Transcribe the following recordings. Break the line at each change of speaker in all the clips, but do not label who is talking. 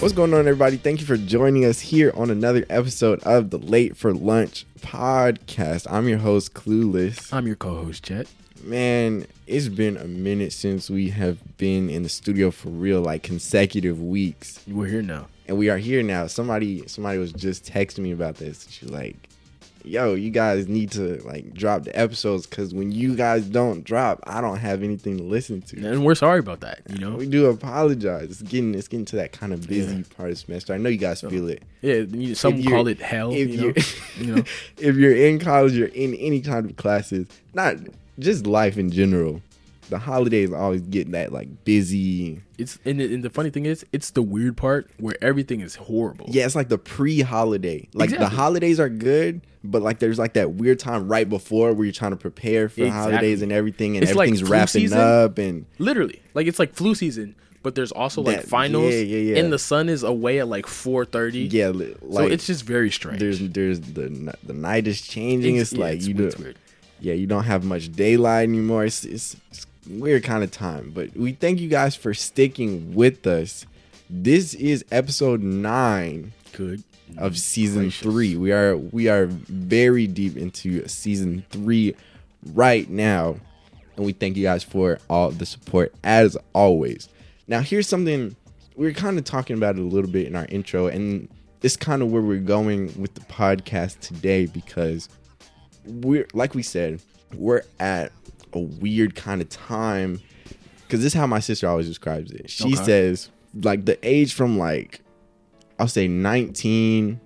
What's going on, everybody? Thank you for joining us here on another episode of the Late for Lunch podcast. I'm your host, Clueless.
I'm your co-host, Chet.
Man, it's been a minute since we have been in the studio for real, like consecutive weeks.
We're here now.
and we are here now. Somebody somebody was just texting me about this. She's like, "Yo, you guys need to like drop the episodes because when you guys don't drop, I don't have anything to listen to."
And we're sorry about that, you know?
We do apologize. It's getting it's getting to that kind of busy part of semester. I know you guys feel it.
Yeah, you- some
If you're-
call it hell,
if
you know?
you're-
you know?
if you're in college, you're in any kind of classes, not just life in general. The holidays always get that like busy.
It's and the, and the funny thing is, it's the weird part where everything is horrible.
Yeah, it's like the pre-holiday. Like the
Exactly.
holidays are good, but like there's like that weird time right before where you're trying to prepare for the
Exactly.
holidays and everything, and
It's like
everything's
flu
wrapping
season.
up. And
Literally. Like it's like flu season, but there's also like
That-
finals
yeah, yeah, yeah.
and the sun is away at like 4:30.
yeah, li-
So
like
it's just very strange.
there's there's the n- the night is changing. It's,
yeah,
like
it's
you
weird, it's
do,
weird.
yeah, you don't have much daylight anymore. It's, it's, it's weird kind of time. But we thank you guys for sticking with us. This is episode nine
Good.
of season
Gracious.
three. We are we are very deep into season three right now, and we thank you guys for all the support as always. Now, here's something we were kind of talking about it a little bit in our intro, and it's kind of where we're going with the podcast today because we're like we said, we're at a weird kind of time because this is how my sister always describes it. She
Okay.
says like the age from like I'll say 19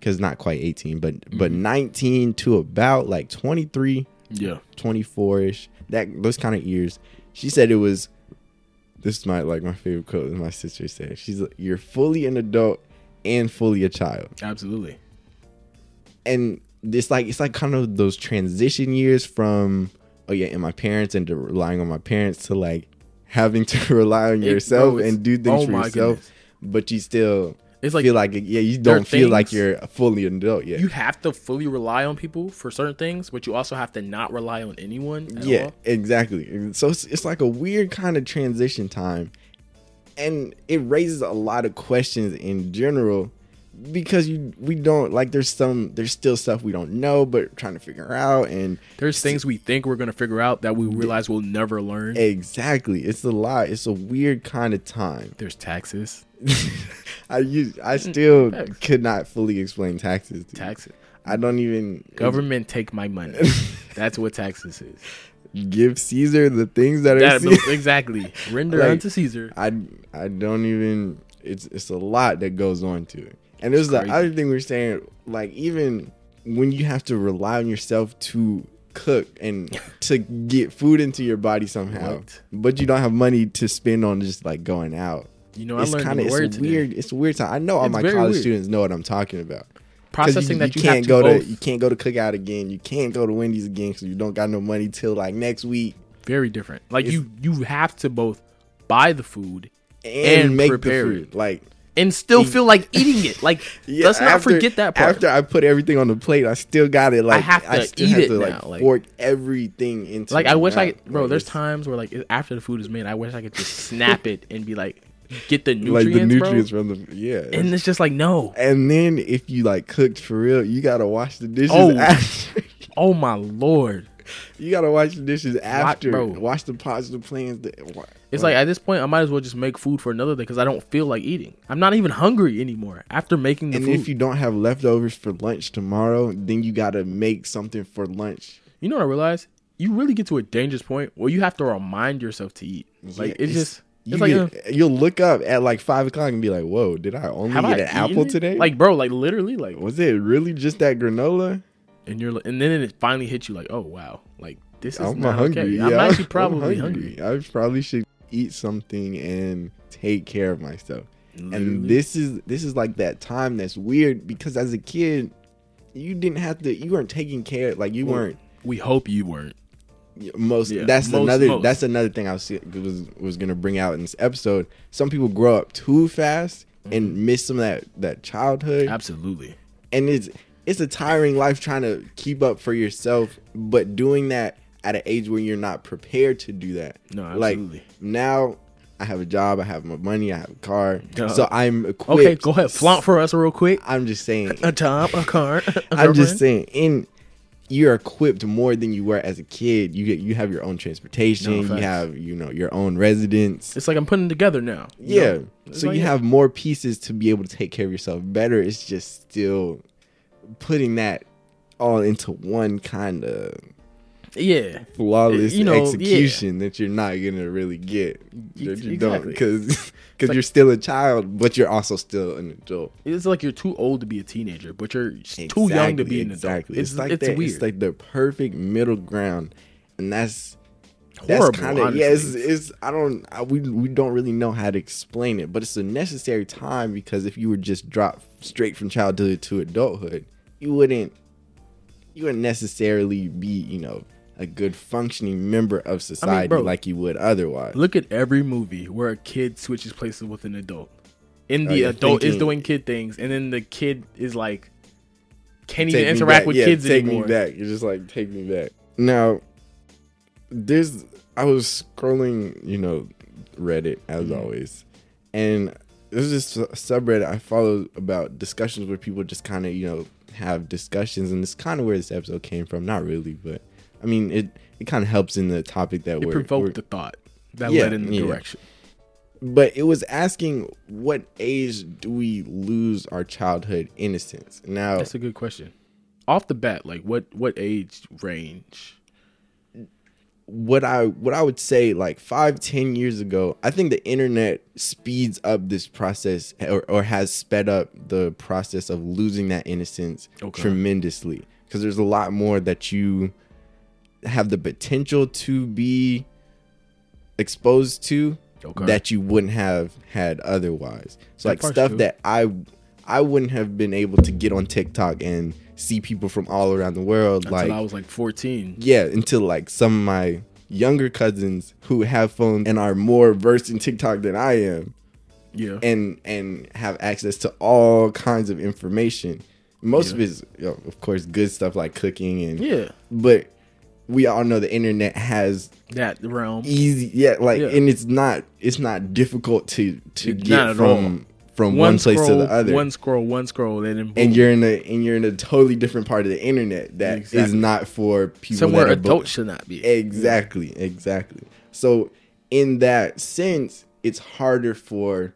cuz not quite 18 but but
Mm-hmm.
19 to about like 23
Yeah.
24ish that those kind of years she said it was this is my like my favorite quote that my sister said she's like, you're fully an adult and fully a child
Absolutely.
and it's like it's like kind of those transition years from oh yeah and my parents and to relying on my parents to like having to rely on yourself
bro, it's-
and do things
oh
for
my
yourself
goodness.
but you still
It's like-
feel like yeah you
there are
don't feel like
things-
you're fully an adult yet
You have to fully rely on people for certain things, but you also have to not rely on anyone at
yeah
all.
exactly And so it's, it's like a weird kind of transition time and it raises a lot of questions in general because you we don't like there's some there's still stuff we don't know but trying to figure out and
There's things we think we're gonna figure out that we realize we'll never learn.
Exactly. It's a lot. It's a weird kind of time.
There's taxes.
I use I still
Tax.
could not fully explain taxes. Dude.
Mm, Taxes.
I don't even
Government take my money. That's what taxes is.
give Caesar the things that are
That-
Caesar.
exactly. Render
Like-
unto Caesar.
I I don't even it's it's a lot that goes on to it. And there's the
crazy.
other thing we we're saying like even when you have to rely on yourself to cook and to get food into your body somehow,
Right.
but you don't have money to spend on just like going out.
You know, I
it's
learned
kind of
a word
it's
today.
weird. It's a weird time. I know all
It's
my
very
college
weird.
students know what I'm talking about. 'Cause
Processing that you,
can't
have to
go
both.
to you can't go to cookout again. You can't go to Wendy's again because you don't got no money till like next week
very different. Like you, you have to both buy the food
and,
And
make
prepare
the food. Like
and still feel like eating it. Like
yeah,
let's not
after-
forget that part.
After I put everything on the plate, I still got it. Like I
have to
still
eat
have
it
to
now,
like
like-
fork everything into.
like
my
I wish I,
mouth.
bro.
Like,
There's
it's-
times where like after the food is made, I wish I could just snap it and be like, get the
like
nutrients,
the nutrients
bro.
from the yeah.
And it's just like no.
and then if you like cooked for real, you gotta wash the dishes
Oh.
after.
Oh my lord.
You gotta wash the dishes after.
bro.
Wash the pots, the plans. The, wa-
It's like at this point, I might as well just make food for another day because I don't feel like eating. I'm not even hungry anymore after making the
and
food.
if you don't have leftovers for lunch tomorrow, then you gotta make something for lunch.
You know what I realized? You really get to a dangerous point where you have to remind yourself to eat. Like
Yeah,
it's, just
you
it's like uh,
get- you'll look up at like five o'clock and be like, "Whoa, did I only
have
get
I
an
eaten
apple
it?
today?
Like bro, like literally, like
was it really just that granola?
and you're and then it finally hits you like, oh wow, like this is
I'm
not
hungry.
okay.
Yeah,
I'm actually
I'm
probably hungry.
I probably should eat something and take care of myself." And
Literally.
this is this is like that time that's weird because as a kid, you didn't have to. You weren't taking care. Like you weren't
we hope you weren't.
most
Yeah,
that's
most-
another
most.
that's another thing I was was was gonna bring out in this episode. Some people grow up too fast
Mm-hmm.
and miss some of that that childhood,
Absolutely.
and it's it's a tiring life trying to keep up for yourself, but doing that at an age where you're not prepared to do that.
No,
like
absolutely.
now I have a job. I have my money. I have a car.
Duh.
So I'm
Okay,
equipped.
go ahead. Flaunt for us real quick.
I'm just saying.
A Tom, a car. a
I'm just
girlfriend.
saying. In you're equipped more than you were as a kid. You get you have your own
No,
transportation. you
facts.
have you know your own residence.
It's like I'm putting it together now. you
yeah.
know? It's
So
like,
you
yeah.
have more pieces to be able to take care of yourself better. It's just still putting that all into one kind of
yeah.
flawless
You know, yeah.
execution that you're not gonna really get. That you don't
exactly.
because you're still a child, but you're also still an adult.
It's like you're too old to be a teenager, but you're s- too young to be an adult.
Exactly. It's,
It's, it's,
like that.
weird.
It's like the perfect middle ground, and that's
horrible.
that's kind of yeah. It's,
yes.
it's I don't I, we we don't really know how to explain it, but it's a necessary time because if you were just dropped straight from childhood to adulthood, you wouldn't you wouldn't necessarily be you know a good functioning member of society
bro.
like you would otherwise.
Look at every movie where a kid switches places with an adult. And
Oh,
the
you're
adult is
thinking-
doing kid things, and then the kid is like, can't
Take
even
me
interact
back.
with
Yeah,
kids
take
anymore.
me back. You're just like take me back. Now, there's I was scrolling, you know, Reddit as
Mm-hmm.
always, and there's this su- subreddit I follow about discussions where people just kind of you know have discussions, and it's kind of where this episode came from. Not really, but I mean it. It kind of helps in the topic that
It
we're,
provoked
we're-
the thought that
Yeah,
led in the
yeah.
direction.
but it was asking what age do we lose our childhood innocence? Now
That's a good question. Off the bat, like what what age range?
what I what I would say like five ten years ago, I think the internet speeds up this process or, or has sped up the process of losing that innocence
Okay.
tremendously because there's a lot more that you have the potential to be exposed to
Okay.
that you wouldn't have had otherwise. So
That
like
part's
stuff
true.
that I I wouldn't have been able to get on TikTok and see people from all around the world
Until
like
I was like 14.
yeah, until like some of my younger cousins who have phones and are more versed in TikTok than I am
Yeah.
and and have access to all kinds of information. Most of
Yeah.
it's you know, of course good stuff like cooking and
yeah.
but we all know the internet has
That realm.
easy yeah like
Yeah.
and it's not it's not difficult to to
It's not
get
at
from from one, place
scroll,
to the other
One scroll, one scroll, and then boom.
and you're in a and you're in a totally different part of the internet that is
Exactly.
not for people
somewhere
that are bo-
adults should not be.
Exactly, exactly. So in that sense, it's harder for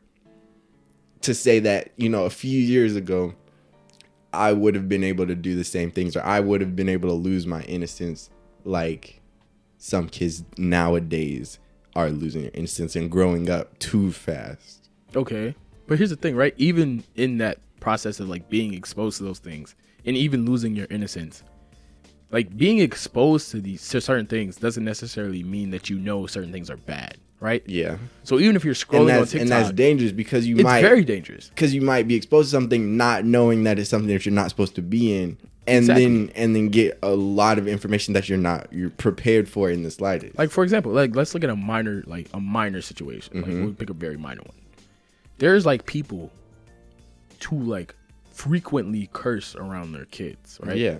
to say that, you know, a few years ago I would have been able to do the same things or I would have been able to lose my innocence like some kids nowadays are losing their innocence and growing up too fast.
Okay. But here's the thing, right? Even in that process of like being exposed to those things and even losing your innocence, like being exposed to these to certain things doesn't necessarily mean that you know certain things are bad, right?
Yeah.
So even if you're
And
scrolling on
that's,
TikTok,
and that's dangerous because you
it's
might
very dangerous.
because you might be exposed to something not knowing that it's something that you're not supposed to be in and
Exactly.
then and then get a lot of information that you're not you're prepared for in the slightest
Like for example, like let's look at a minor like a minor situation.
Mm-hmm.
Like we'll pick a very minor one. There's like people to like frequently curse around their kids, right?
yeah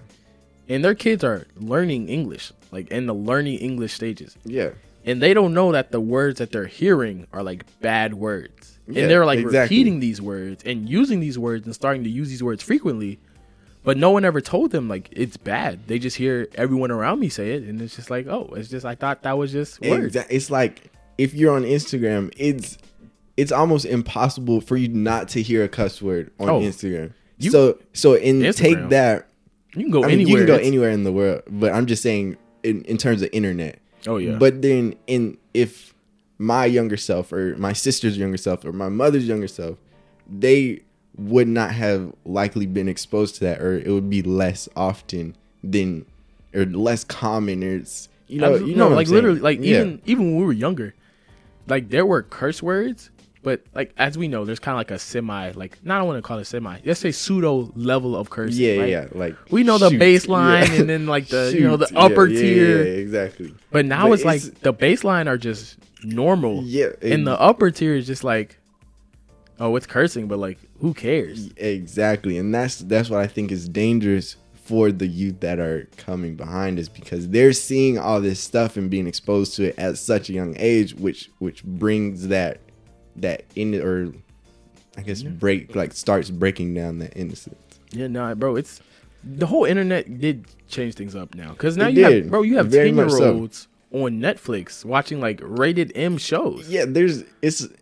and their kids are learning English, like in the learning English stages,
yeah
and they don't know that the words that they're hearing are like bad words,
Yeah,
and they're like
exactly.
repeating these words and using these words and starting to use these words frequently, but no one ever told them like it's bad. They just hear everyone around me say it, and it's just like, oh, it's just I thought that was just words.
Exa- it's like if you're on instagram it's it's almost impossible for you not to hear a cuss word on
Oh.
instagram
You-
so so in take
Instagram.
that
You can go
i mean
anywhere.
you can go
It's-
anywhere in the world but i'm just saying in, in terms of internet
Oh yeah, but
But then in if my younger self or my sister's younger self or my mother's younger self, they would not have likely been exposed to that or it would be less often than or less common or it's you know, you know what I'm
like
saying.
literally, like
Yeah.
even even when we were younger, like there were curse words, but like as we know, there's kind of like a semi, like not I want to call it semi. Let's say pseudo level of curse.
yeah,
right?
yeah, like
We know the
shoot,
baseline
yeah.
and then like the you know
Shoot,
the
yeah,
upper
yeah,
tier,
yeah, exactly.
but now
But
it's like
it's-
the baseline are just normal.
Yeah,
and the upper tier is just like, oh, it's cursing, but like who cares?
Exactly, and that's that's what I think is dangerous for the youth that are coming behind us because they're seeing all this stuff and being exposed to it at such a young age, which which brings that that in or I guess break like starts breaking down that innocence.
Yeah, nah, bro. It's the whole internet did change things up now because now
It
you have,
did.
bro, you have
Very
ten year
much so.
olds on Netflix watching like rated M shows.
Yeah, there's it's and
It's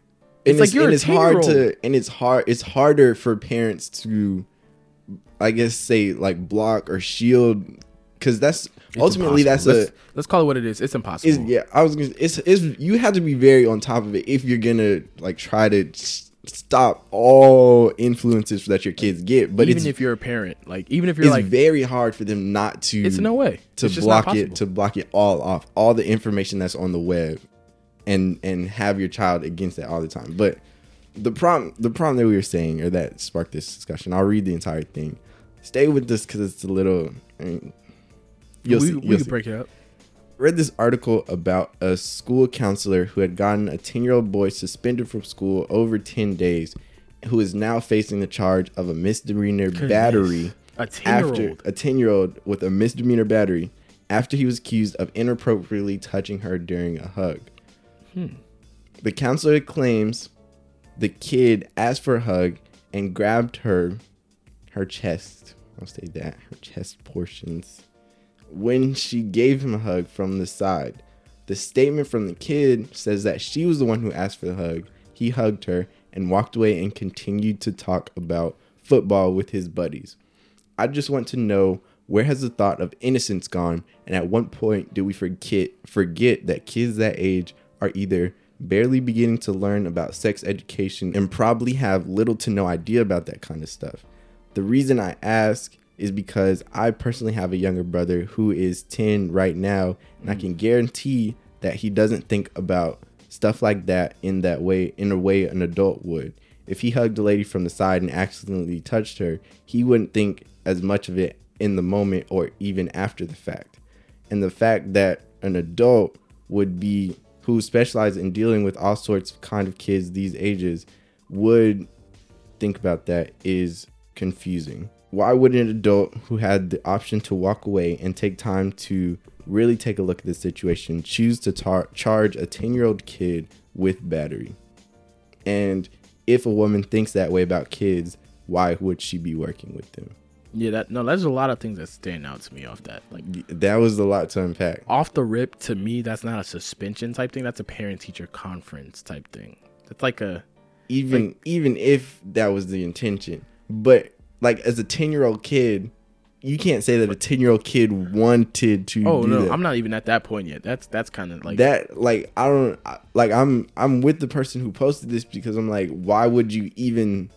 it's,
like you're
and
a
it's hard
10-year-old.
to and it's hard it's harder for parents to I guess say like block or shield because that's
It's
ultimately that's
impossible.
a
let's, let's call it what it is. It's impossible.
is yeah i was gonna it's, it's you have to be very on top of it if you're gonna like try to s- stop all influences that your kids get but
even
it's
if you're a parent, like even if you're
it's
like,
very hard for them not to
it's no way
to
It's just not
block it
possible.
to block it all off all the information that's on the web and and have your child against that all the time but the problem the problem that we were saying or that sparked this discussion i'll read the entire thing stay with this because it's a little I mean, you'll
we
see,
we
you'll
could
see
break it up.
read this article about a school counselor who had gotten a 10 year old boy suspended from school over 10 days, who is now facing the charge of a misdemeanor battery
A ten year
after
old.
a 10 year old with a misdemeanor battery after he was accused of inappropriately touching her during a hug. The counselor claims the kid asked for a hug and grabbed her, her chest. I'll say that, her chest portions when she gave him a hug from the side. The statement from the kid says that she was the one who asked for the hug. He hugged her and walked away and continued to talk about football with his buddies. I just want to know where has the thought of innocence gone and at what point do we forget forget that kids that age are either barely beginning to learn about sex education and probably have little to no idea about that kind of stuff. The reason I ask is because I personally have a younger brother who is 10 right now, and I can guarantee that he doesn't think about stuff like that in that way, in a way an adult would. If he hugged a lady from the side and accidentally touched her, he wouldn't think as much of it in the moment or even after the fact and the fact that an adult would be who specializes in dealing with all sorts of kind of kids these ages would think about that is confusing. Why would an adult who had the option to walk away and take time to really take a look at this situation choose to tar- charge a 10 year old kid with battery? And if a woman thinks that way about kids, why would she be working with them?
Yeah, that no, there's a lot of things that stand out to me off that. Like
That was a lot to unpack.
off the rip, to me, that's not a suspension type thing. That's a parent teacher conference type thing. That's like a
even even if that was the intention but like as a 10 year old kid you can't say that a 10 year old kid wanted to
oh
do
no,
that.
I'm not even at that point yet. That's that's kind of like
that like i don't I- like i'm i'm with the person who posted this because i'm like why would you even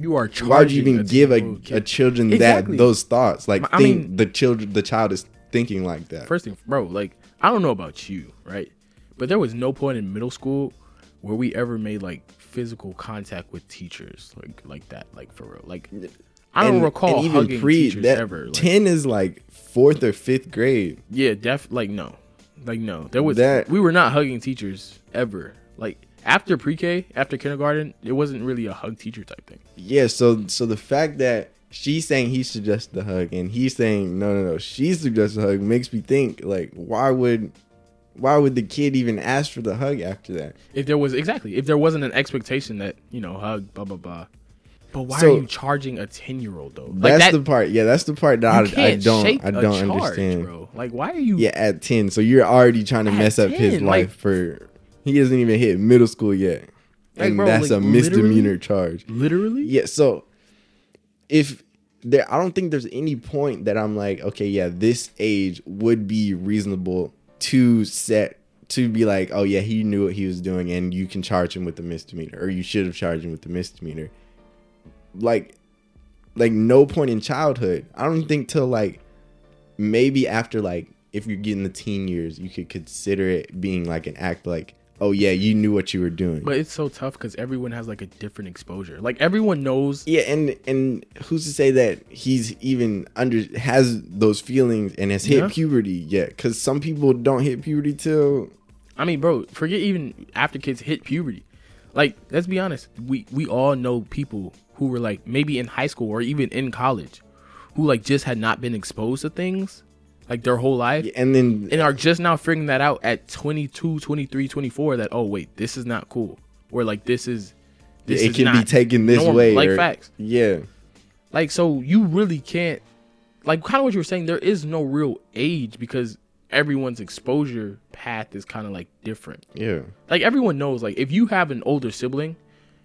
you are
why would you
charging.
even give a, a children
Exactly.
that those thoughts like
I
think
mean-
the children the child is thinking like that
first thing, bro, like I don't know about you, right? But there was no point in middle school where we ever made like physical contact with teachers, like like that, like for real. Like I don't
And-
recall
and
hugging teachers ever. Like,
10 is like fourth or fifth grade
yeah, def like no, like no. There was
That-
we were not hugging teachers ever. Like after pre-K, after kindergarten, it wasn't really a hug teacher type thing.
Yeah, so so the fact that she's saying he suggested the hug and he's saying no no no she suggested the hug makes me think like why would why would the kid even ask for the hug after that?
If there was exactly, if there wasn't an expectation that you know hug, blah blah blah. But why
So-
are you charging a ten-year-old though? Like
that's
that,
the part. Yeah, that's the part
you
that I, I
can't shake
don't I
a
don't
charge,
understand.
bro. Like why are you?
Yeah, at ten, so you're already trying to
At
mess up his
10, like-
life for he hasn't even hit middle school yet,
Like,
and
bro,
that's
like,
a
literally-
misdemeanor charge.
Literally,
yeah so if there i don't think there's any point that i'm like okay yeah this age would be reasonable to set to be like oh yeah he knew what he was doing and you can charge him with a misdemeanor or you should have charged him with a misdemeanor like like no point in childhood i don't think till like maybe after like if you're getting the teen years you could consider it being like an act like oh yeah you knew what you were doing
but it's so tough because everyone has like a different exposure. Like everyone knows
Yeah, and and who's to say that he's even under has those feelings and has hit
Yeah.
puberty yet? Because some people don't hit puberty till
I mean, bro, forget even after kids hit puberty. Like, let's be honest, we we all know people who were like maybe in high school or even in college who like just had not been exposed to things like their whole life
and then
and are just now figuring that out at 22 23 24 that oh wait this is not cool or like this is this
it
is
can be
not
taken this
normal.
way.
like
or-
facts
Yeah.
like so you really can't like kind of what you were saying there is no real age because everyone's exposure path is kind of like different
Yeah.
like everyone knows like if you have an older sibling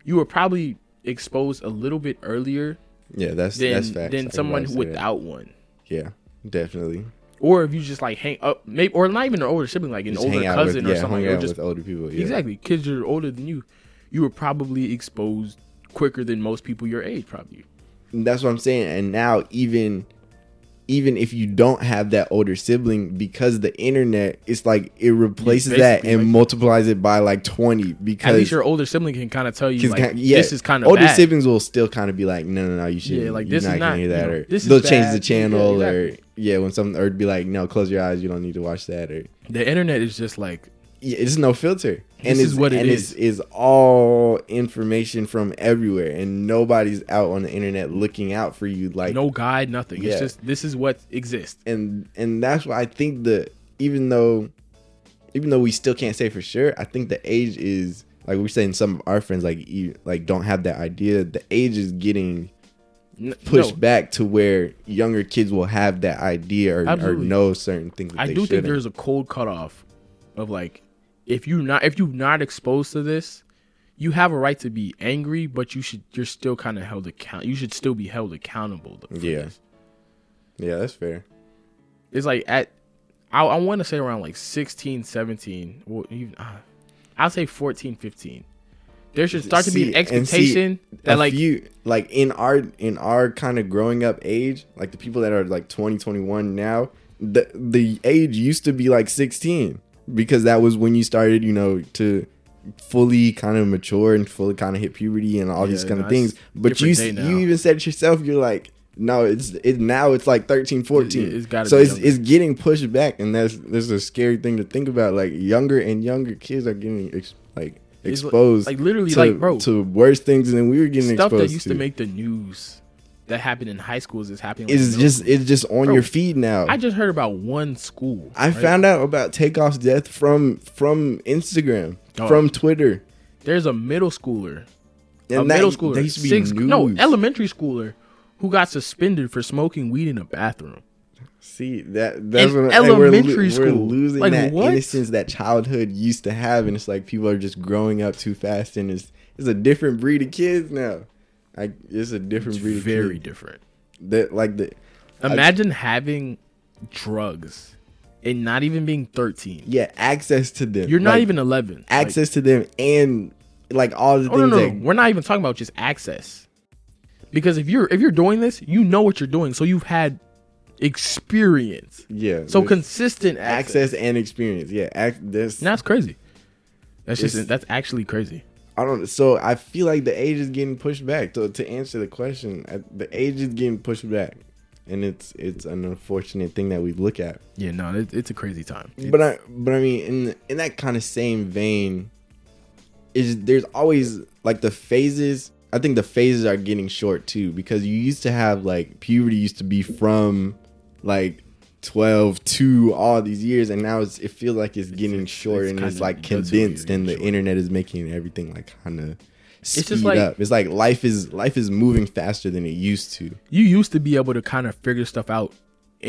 you were probably exposed a little bit earlier
Yeah. That's
than
that's facts. I
than
can
someone
vouch for that.
without one
Yeah. Definitely.
or if you just like hang up maybe or not even an older sibling like an
Just
older
hang out
cousin
with,
or
yeah,
something
hang
or
out
just
with older people. Yeah.
exactly kids that are older than you you were probably exposed quicker than most people your age probably
And that's what I'm saying. And now even even if you don't have that older sibling, because the internet, it's like it replaces that
basically
and
like-
multiplies it by like twenty
at
because
least your older sibling can kind of tell you
'cause
like
ki- yeah,
this is kind of
older
bad.
siblings will still kind of be like, no, no, no, you should,
Yeah, like,
you're
this is
not gonna
not-
hear that,
you know,
or
this is
they'll change
bad.
the
Yeah,
channel, or
exactly.
yeah, when something or be like, no, close your eyes, you don't need to watch that, or
the internet is just like
yeah, it's no filter. And
This is
it's
what it
and
is.
It's, it's all information from everywhere, and nobody's out on the internet looking out for you. Like,
no guide nothing
Yeah.
it's just this is what exists
and and that's why I think the even though even though we still can't say for sure, I think the age is like we're saying some of our friends like e- like don't have that idea. The age is getting
N-
pushed
no,
back to where younger kids will have that idea or, or
Absolutely.
know certain things. That
i
they
do think
shouldn't.
there's a cold cutoff of like if you're not if you're not exposed to this you have a right to be angry but you should you're still kind of held account you should still be held accountable for
Yeah.
this.
yeah, that's fair.
it's like at i, I want to say around like 16 17 or even uh, i'll say 14 15 there should start to be an
See, and see,
expectation
a
that like
few like in our in our kind of growing up age, like the people that are like 20, 21 now, the the age used to be like 16 because that was when you started, you know, to fully kind of mature and fully kind of hit puberty and all these
Yeah,
kind
no,
of things.
it's
But you
different day
you
now.
even said it yourself you're like no, it's it now it's like 13, 14.
It- it's gotta
so
be
it's
younger.
it's getting pushed back and that's that's a scary thing to think about like younger and younger kids are getting ex- like
It's li-
exposed
like literally,
to,
like, bro.
to worse things than we were getting
stuff
exposed
that used to.
to
make the news that happened in high schools is happening like,
is
no-
just it's just on
Bro,
your feed now
i
i,
just heard about one school right?
found out about takeoff's death from from instagram
Oh.
from twitter
there's a middle schooler
and
a
that-
middle schooler
that used to be
sixth- no
news.
elementary schooler who got suspended for smoking weed in a bathroom
see that that's
In
what I'm- like, we're lo-
elementary
we're,
school.
losing
Like,
that
what?
innocence that childhood used to have and it's like people are just growing up too fast and it's it's a different breed of kids now like it's a different breed of
very
kids.
different
that like the
imagine having drugs and not even being 13
yeah access to them
You're not
Like,
even 11. Like,
access to them and like all the
oh, no,
things
no, no.
that
We're not even talking about just access. Because if you're if you're doing this, you know what you're doing, so you've had experience.
yeah
So
there's
consistent access.
access and experience yeah ac- this
And that's crazy. That's
It's-
just that's actually crazy.
i don't so i feel like the age is getting pushed back to, to answer the question I, the age is getting pushed back and it's it's an unfortunate thing that we look at
Yeah, no, it, it's a crazy time.
but I but I mean in in that kind of same vein is there's always like the phases I think the phases are getting short too because you used to have like puberty used to be from like 12 to all these years and now it's, it feels like it's getting
it's-
short
it's
and it's
kinda
like
relatively
condensed and the
short.
internet is making everything like kind of
just
speed
like-
up it's like life is life is moving faster than it used to
You used to be able to kind of figure stuff out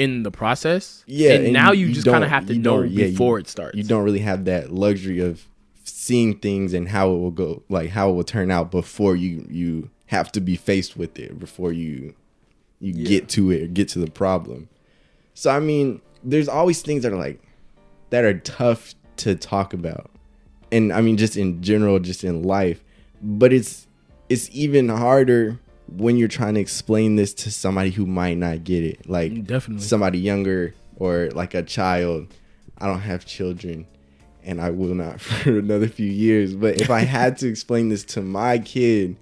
in the process.
Yeah,
and,
and
now
you-
you,
you
just kind
don't-
of have to
you
know
don't- yeah, you-
before it starts.
you don't really have that luxury of seeing things and how it will go like how it will turn out before you you have to be faced with it before you you get to it or get to the problem so i mean there's always things that are like that are tough to talk about and i mean just in general just in life but it's it's even harder when you're trying to explain this to somebody who might not get it like
Definitely.
somebody younger or like a child i don't have children and i will not for another few years but if i had to explain this to my kid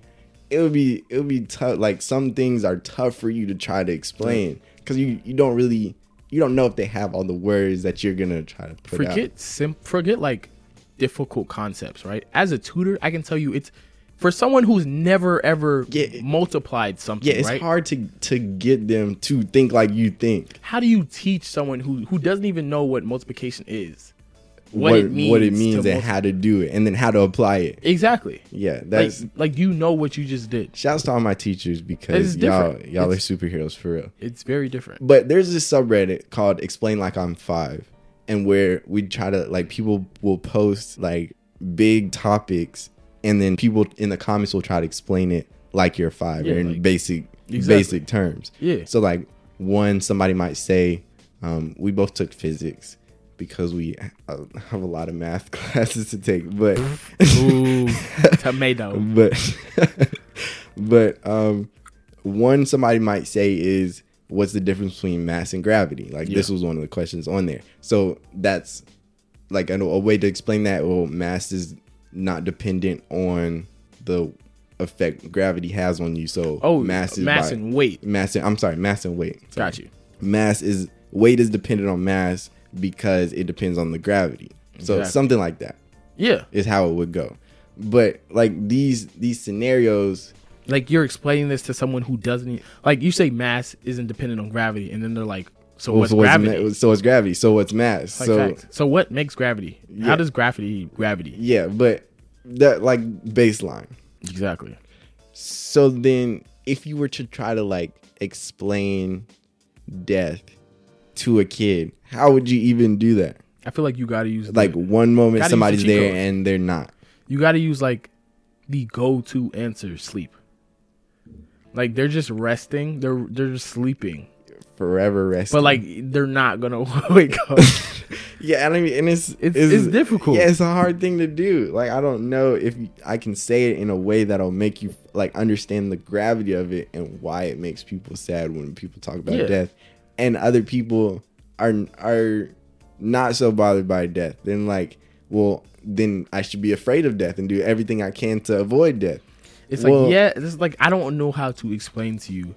it would be it would be tough like some things are tough for you to try to explain because you you don't really you don't know if they have all the words that you're gonna try to put out.
forget sim- forget like difficult concepts right as a tutor i can tell you it's for someone who's never ever
Yeah.
multiplied something,
Yeah, it's
right?
hard to to get them to think like you think.
How do you teach someone who who doesn't even know what multiplication is,
What what it means,
to
and
multi-
how to do it, and then how to apply it.
exactly?
Yeah,
Like,
that's.
like you know what you just did.
shouts to all my teachers because
It's
y'all
different.
y'all are superheroes for real.
It's very different.
But there's this subreddit called "Explain Like I'm Five, and where we try to like people will post like big topics, and then people in the comments will try to explain it like you're five
Yeah,
or in
like-
basic
Exactly.
basic terms.
Yeah.
So like one, somebody might say, um, "We both took physics." Because we uh, have a lot of math classes to take, but
Ooh, tomato.
but but um one somebody might say is what's the difference between mass and gravity like this was one of the questions on there so that's like a, a way to explain that well mass is not dependent on the effect gravity has on you so
Oh,
mass is
mass
by-
and weight.
mass and, i'm sorry mass and weight Sorry.
Got you.
mass is weight is dependent on mass because it depends on the gravity so
Exactly.
something like that
Yeah,
is how it would go. But like these these scenarios,
like you're explaining this to someone who doesn't e- like you say mass isn't dependent on gravity, and then they're like, so what's
so,
gravity?
It's, ma- so it's gravity. So it's mass.
Like,
so
facts. so what makes gravity?
Yeah.
How does gravity gravity?
yeah, but that like baseline.
Exactly.
So then, if you were to try to like explain death to a kid, how would you even do that?
I feel like you gotta use
Like
the,
one moment
Gotta use the
somebody's
cheat
there
code.
and they're not.
you gotta use like the go-to answer sleep. Like they're just resting, they're they're just sleeping,
Forever resting,
but like they're not gonna wake up.
yeah, and I mean, and it's
It's- it's difficult.
Yeah, it's a hard thing to do. Like, I don't know if I can say it in a way that'll make you like understand the gravity of it and why it makes people sad when people talk about
Yeah.
death, and other people are are not so bothered by death. Then like, well, then I should be afraid of death and do everything I can to avoid death.
It's
Well-
like yeah, it's like I don't know how to explain to you.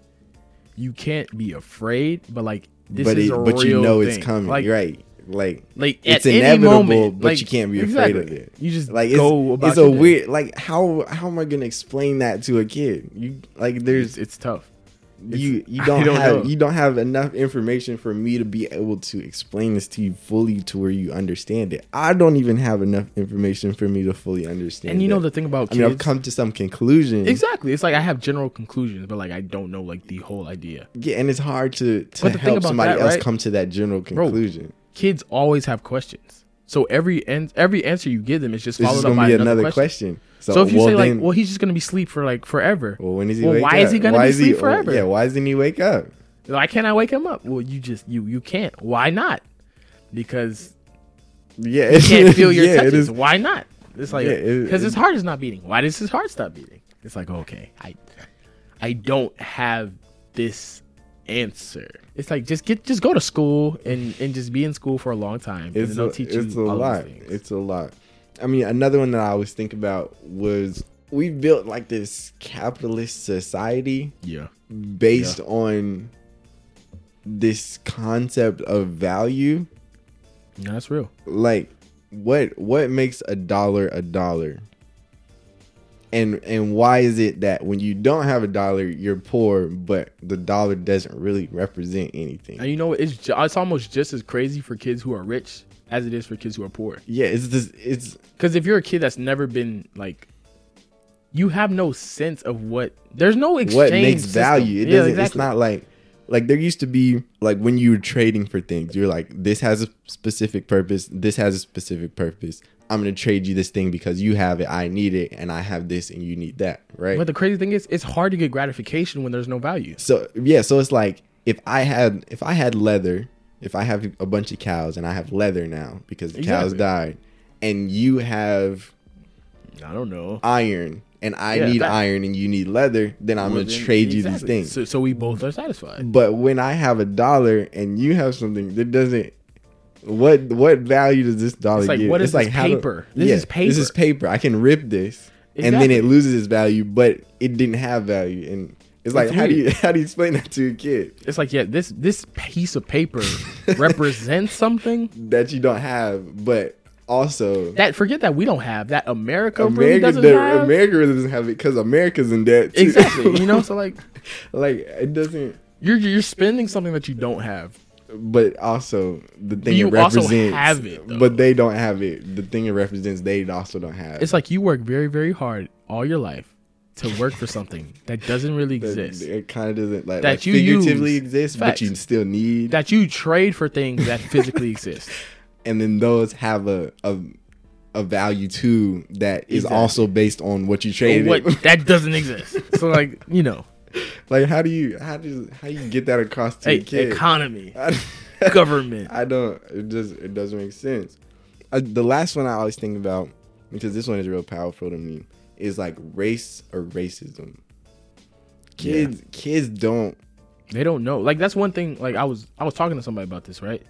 You can't be afraid, but like this
but
is
it,
a
but
real
you know
thing.
it's coming,
Like,
right? Like
Like
It's
at any
inevitable,
moment,
but
like,
you can't be afraid
exactly.
of it.
You just
like
like
it's,
go about
it's a
your day.
weird like how how am I gonna explain that to a kid? You like there's
It's, it's tough.
you you
I
don't,
don't
have
know.
you don't have enough information for me to be able to explain this to you fully to where you understand it. I don't even have enough information for me to fully understand.
And you know
that.
the thing about
I
kids.
mean, I've come to some conclusion.
exactly. It's like I have general conclusions, but like I don't know like the whole idea.
Yeah, and it's hard to to
But the thing
help
about
somebody
that,
else
right?
come to that general conclusion.
Kids always have questions. So every and every answer you give them is just
This
followed
is
up
gonna
by
be
another,
another
question.
question. So,
So if you
well,
say like,
then-
well, he's just gonna be sleep for like forever.
well, when is he?
well,
wake
why
up?
is he gonna
Why
be
is he-
asleep
oh,
forever?
Yeah, why doesn't he wake up?
Why can't I wake him up? Well, you just you you can't. Why not? Because
Yeah,
you can't feel your
yeah, it
touches.
is-
Why not? It's like
Yeah, it-
because his heart is not beating. Why does his heart stop beating? It's like okay, I I don't have this answer. It's like just get just go to school and and just be in school for a long time. and
It's
they'll
a,
teach
it's a
you all
lot.
of these things.
It's a lot. I mean, another one that I always think about was we built like this capitalist society
yeah,
based on this concept of value.
no, that's real.
Like, what what makes a dollar a dollar? And and why is it that when you don't have a dollar, you're poor, but the dollar doesn't really represent anything?
And you know what? it's ju- it's almost just as crazy for kids who are rich as it is for kids who are poor.
yeah, it's this. It's
Because if you're a kid that's never been like, you have no sense of what there's no exchange.
what makes
system.
value. It
Yeah,
doesn't. It's
exactly.
not like like there used to be like when you were trading for things. You're like this has a specific purpose. This has a specific purpose. I'm gonna trade you this thing because you have it. I need it, and I have this, and you need that. Right.
But the crazy thing is, it's hard to get gratification when there's no value.
so yeah. So it's like if I had if I had leather. If I have a bunch of cows and I have leather now because the cows
Exactly.
died, and you have
I don't know.
iron and I
Yeah,
need
fact.
iron and you need leather, then I'm
Well,
gonna
then-
trade you these
exactly.
things.
So, so we both are satisfied.
But when I have a dollar and you have something that doesn't, what what value does this dollar
It's like,
give?
what is
It's like
this
how do-
paper? This is
This is paper. I can rip this, and then
Exactly.
it loses its value, but it didn't have value. And it's like,
It's
how do you how do you explain that to a kid
It's like yeah, this this piece of paper represents something.
that you don't have, but also
That forget that we don't have that America really
America
doesn't
the-
have.
America doesn't have it because America's in debt too.
exactly. you know, so like
like it doesn't.
you're you're spending something that you don't have.
But also the thing
You
it
also
represents,
have it, though.
but they don't have it. The thing it represents, they also don't have.
It's like you work very very hard all your life to work for something that doesn't really
It-
exist.
It kind of doesn't like,
That
like
you
figuratively
use.
exist,
Facts.
but you still need.
That you trade for things that physically exist.
and then those have a a, a value too that is
Exactly.
also based on what you traded.
what that doesn't exist. So like, you know,
like how do you how do how you get that across to
hey,
your kid?
economy,
I,
government.
I don't. It does. It doesn't make sense. Uh, the last one I always think about because this one is real powerful to me is like race or racism. Kids, kids don't.
They don't know. Like that's one thing like I was I was talking to somebody about this, right?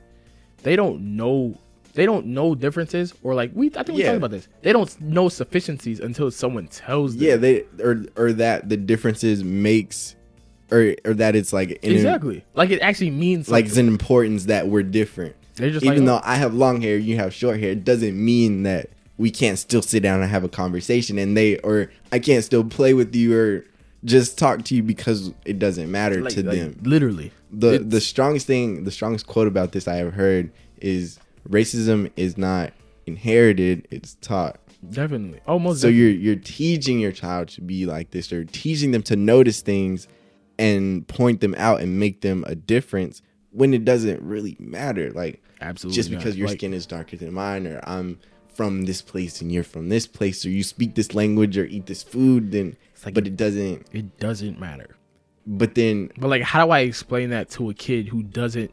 They don't know they don't know differences or like we I think we
Yeah.
talked about this. They don't know sufficiencies until someone tells them.
Yeah, they or or that the differences makes, or or that it's like an,
Exactly. Like it actually means
like
like
it's an importance that we're different.
they're just
Even
like
though I have long hair, you have short hair, it doesn't mean that we can't still sit down and have a conversation and they or I can't still play with you or just talk to you because it doesn't matter
like-
to
like,
them.
Literally.
The
It's-
the strongest thing, the strongest quote about this I have heard is racism is not inherited, it's taught.
Definitely. Almost
So you're you're teaching your child to be like this. You're teaching them to notice things and point them out and make them a difference when it doesn't really matter. Like
absolutely
just
not.
because your
Like,
skin is darker than mine or I'm from this place and you're from this place or you speak this language or eat this food then
like-
but it doesn't
it doesn't matter.
but then
But like, how do I explain that to a kid who doesn't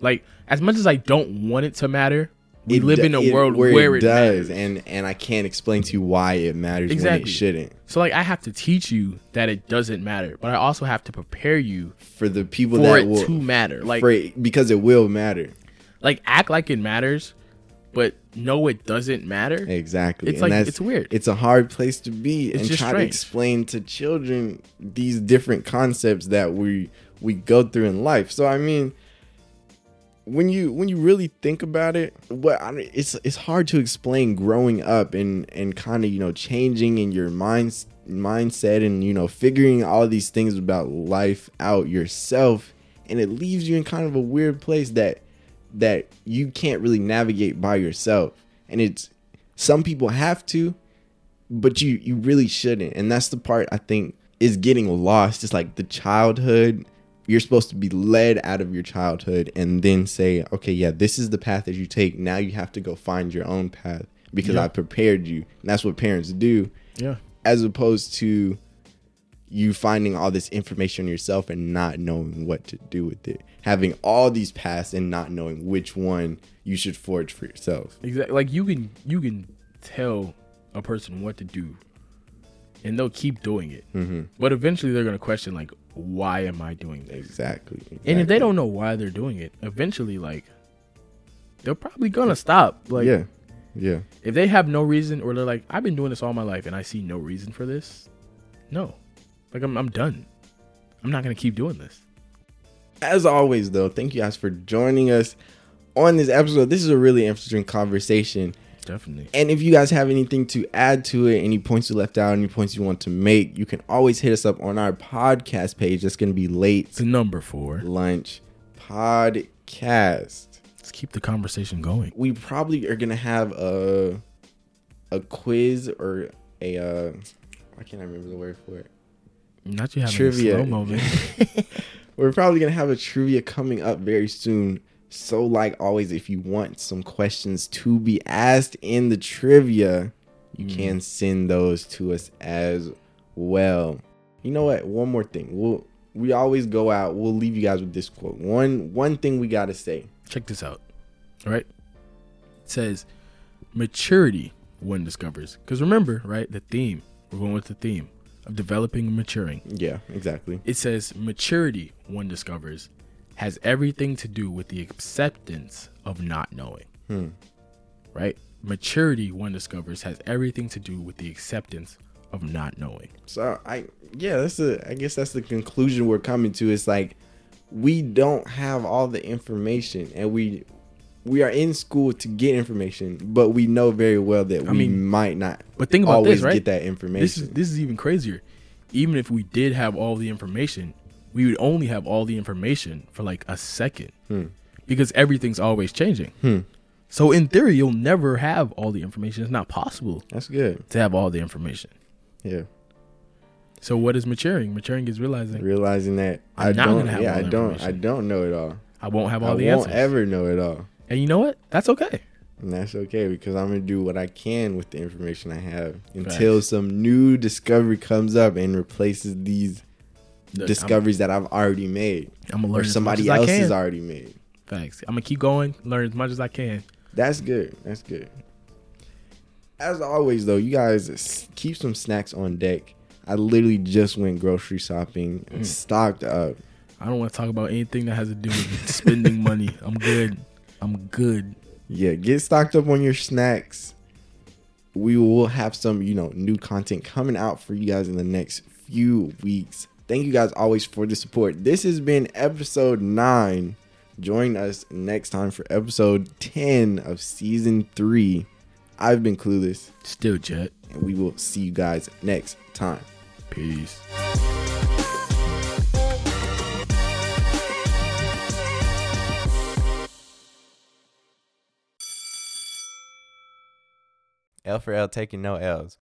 like? As much as I don't want it to matter, we
it
live
do-
in a world where, it, does. Matters.
and and I can't explain to you why it matters when it
Exactly.
shouldn't
So like, I have to teach you that it doesn't matter, but I also have to prepare you
for the people
for
that
it
will
to matter. Like,
for it, because it will matter
like act like it matters, but no, it doesn't matter.
exactly
It's like- it's weird.
it's a hard place to be and
just
try to
strange.
explain to children these different concepts that we we go through in life so i mean when you when you really think about it what I mean, it's it's hard to explain growing up and and kind of you know changing in your minds mindset and you know figuring all these things about life out yourself and it leaves you in kind of a weird place that that you can't really navigate by yourself and it's some people have to but you you really shouldn't and that's the part i think is getting lost it's like the childhood you're supposed to be led out of your childhood and then say okay yeah this is the path that you take now you have to go find your own path because
Yeah.
i prepared you and that's what parents do
Yeah,
as opposed to you finding all this information on yourself and not knowing what to do with it having all these paths and not knowing which one you should forge for yourself
exactly. Like you can you can tell a person what to do, and they'll keep doing it.
Mm-hmm.
But eventually, they're gonna question like, why am I doing this?
exactly, exactly.
And if they don't know why they're doing it, eventually, like, they're probably gonna stop. Like,
yeah yeah
if they have no reason, or they're like, I've been doing this all my life and I see no reason for this, no, like, I'm, I'm done. I'm not gonna keep doing this.
As always, though, thank you guys for joining us on this episode. This is a really interesting conversation.
Definitely.
And if you guys have anything to add to it, any points you left out, any points you want to make, you can always hit us up on our podcast page. That's going to be late
It's number four.
lunch podcast.
Let's keep the conversation going.
We probably are going to have a a quiz or a uh, why can't I remember the word for it?
Not you having
Trivia.
a slow moment.
We're probably gonna have a trivia coming up very soon. So, like always, if you want some questions to be asked in the trivia, you
Hmm.
can send those to us as well. You know what? One more thing. We'll we always go out. We'll leave you guys with this quote. One one thing we gotta say.
Check this out. All right. It says maturity one discovers. Because remember, right, the theme. We're going with the theme of developing and maturing.
Yeah, exactly.
It says maturity, one discovers, has everything to do with the acceptance of not knowing. Right? Maturity, one discovers, has everything to do with the acceptance of not knowing.
So I yeah, that's the I guess that's the conclusion we're coming to. It's like we don't have all the information and we we are in school to get information, but we know very well that we
mean,
might not
but think about
always
this, right?
get that information.
This is this is even crazier. Even if we did have all the information, we would only have all the information for like a second, because everything's always changing. So in theory, you'll never have all the information. It's not possible
That's good.
to have all the information.
Yeah.
So what is maturing? Maturing is realizing
Realizing that I'm I do
not
not
gonna have
yeah,
all
I
the
don't I
information.
don't know it all.
I won't have all
I
the
won't
answers.
ever know it all.
and you know what? That's okay.
And that's okay because I'm gonna do what I can with the information I have until some new discovery comes up and replaces these
Look,
discoveries that I've already made
I'm, I'm gonna
or
learn
somebody
somebody as
else
much as I
has
can.
already made.
Facts. I'm gonna keep going, learn as much as I can.
That's good. That's good. As always, though, you guys s- keep some snacks on deck. I literally just went grocery shopping
Mm.
and stocked up.
I don't want to talk about anything that has to do with spending money. I'm good. I'm good.
Yeah, get stocked up on your snacks. We will have some, you know, new content coming out for you guys in the next few weeks. Thank you guys always for the support. This has been episode nine. Join us next time for episode 10 of season three. I've been Clueless,
Still jet.
and we will see you guys next time.
Peace.
L for L taking no L's.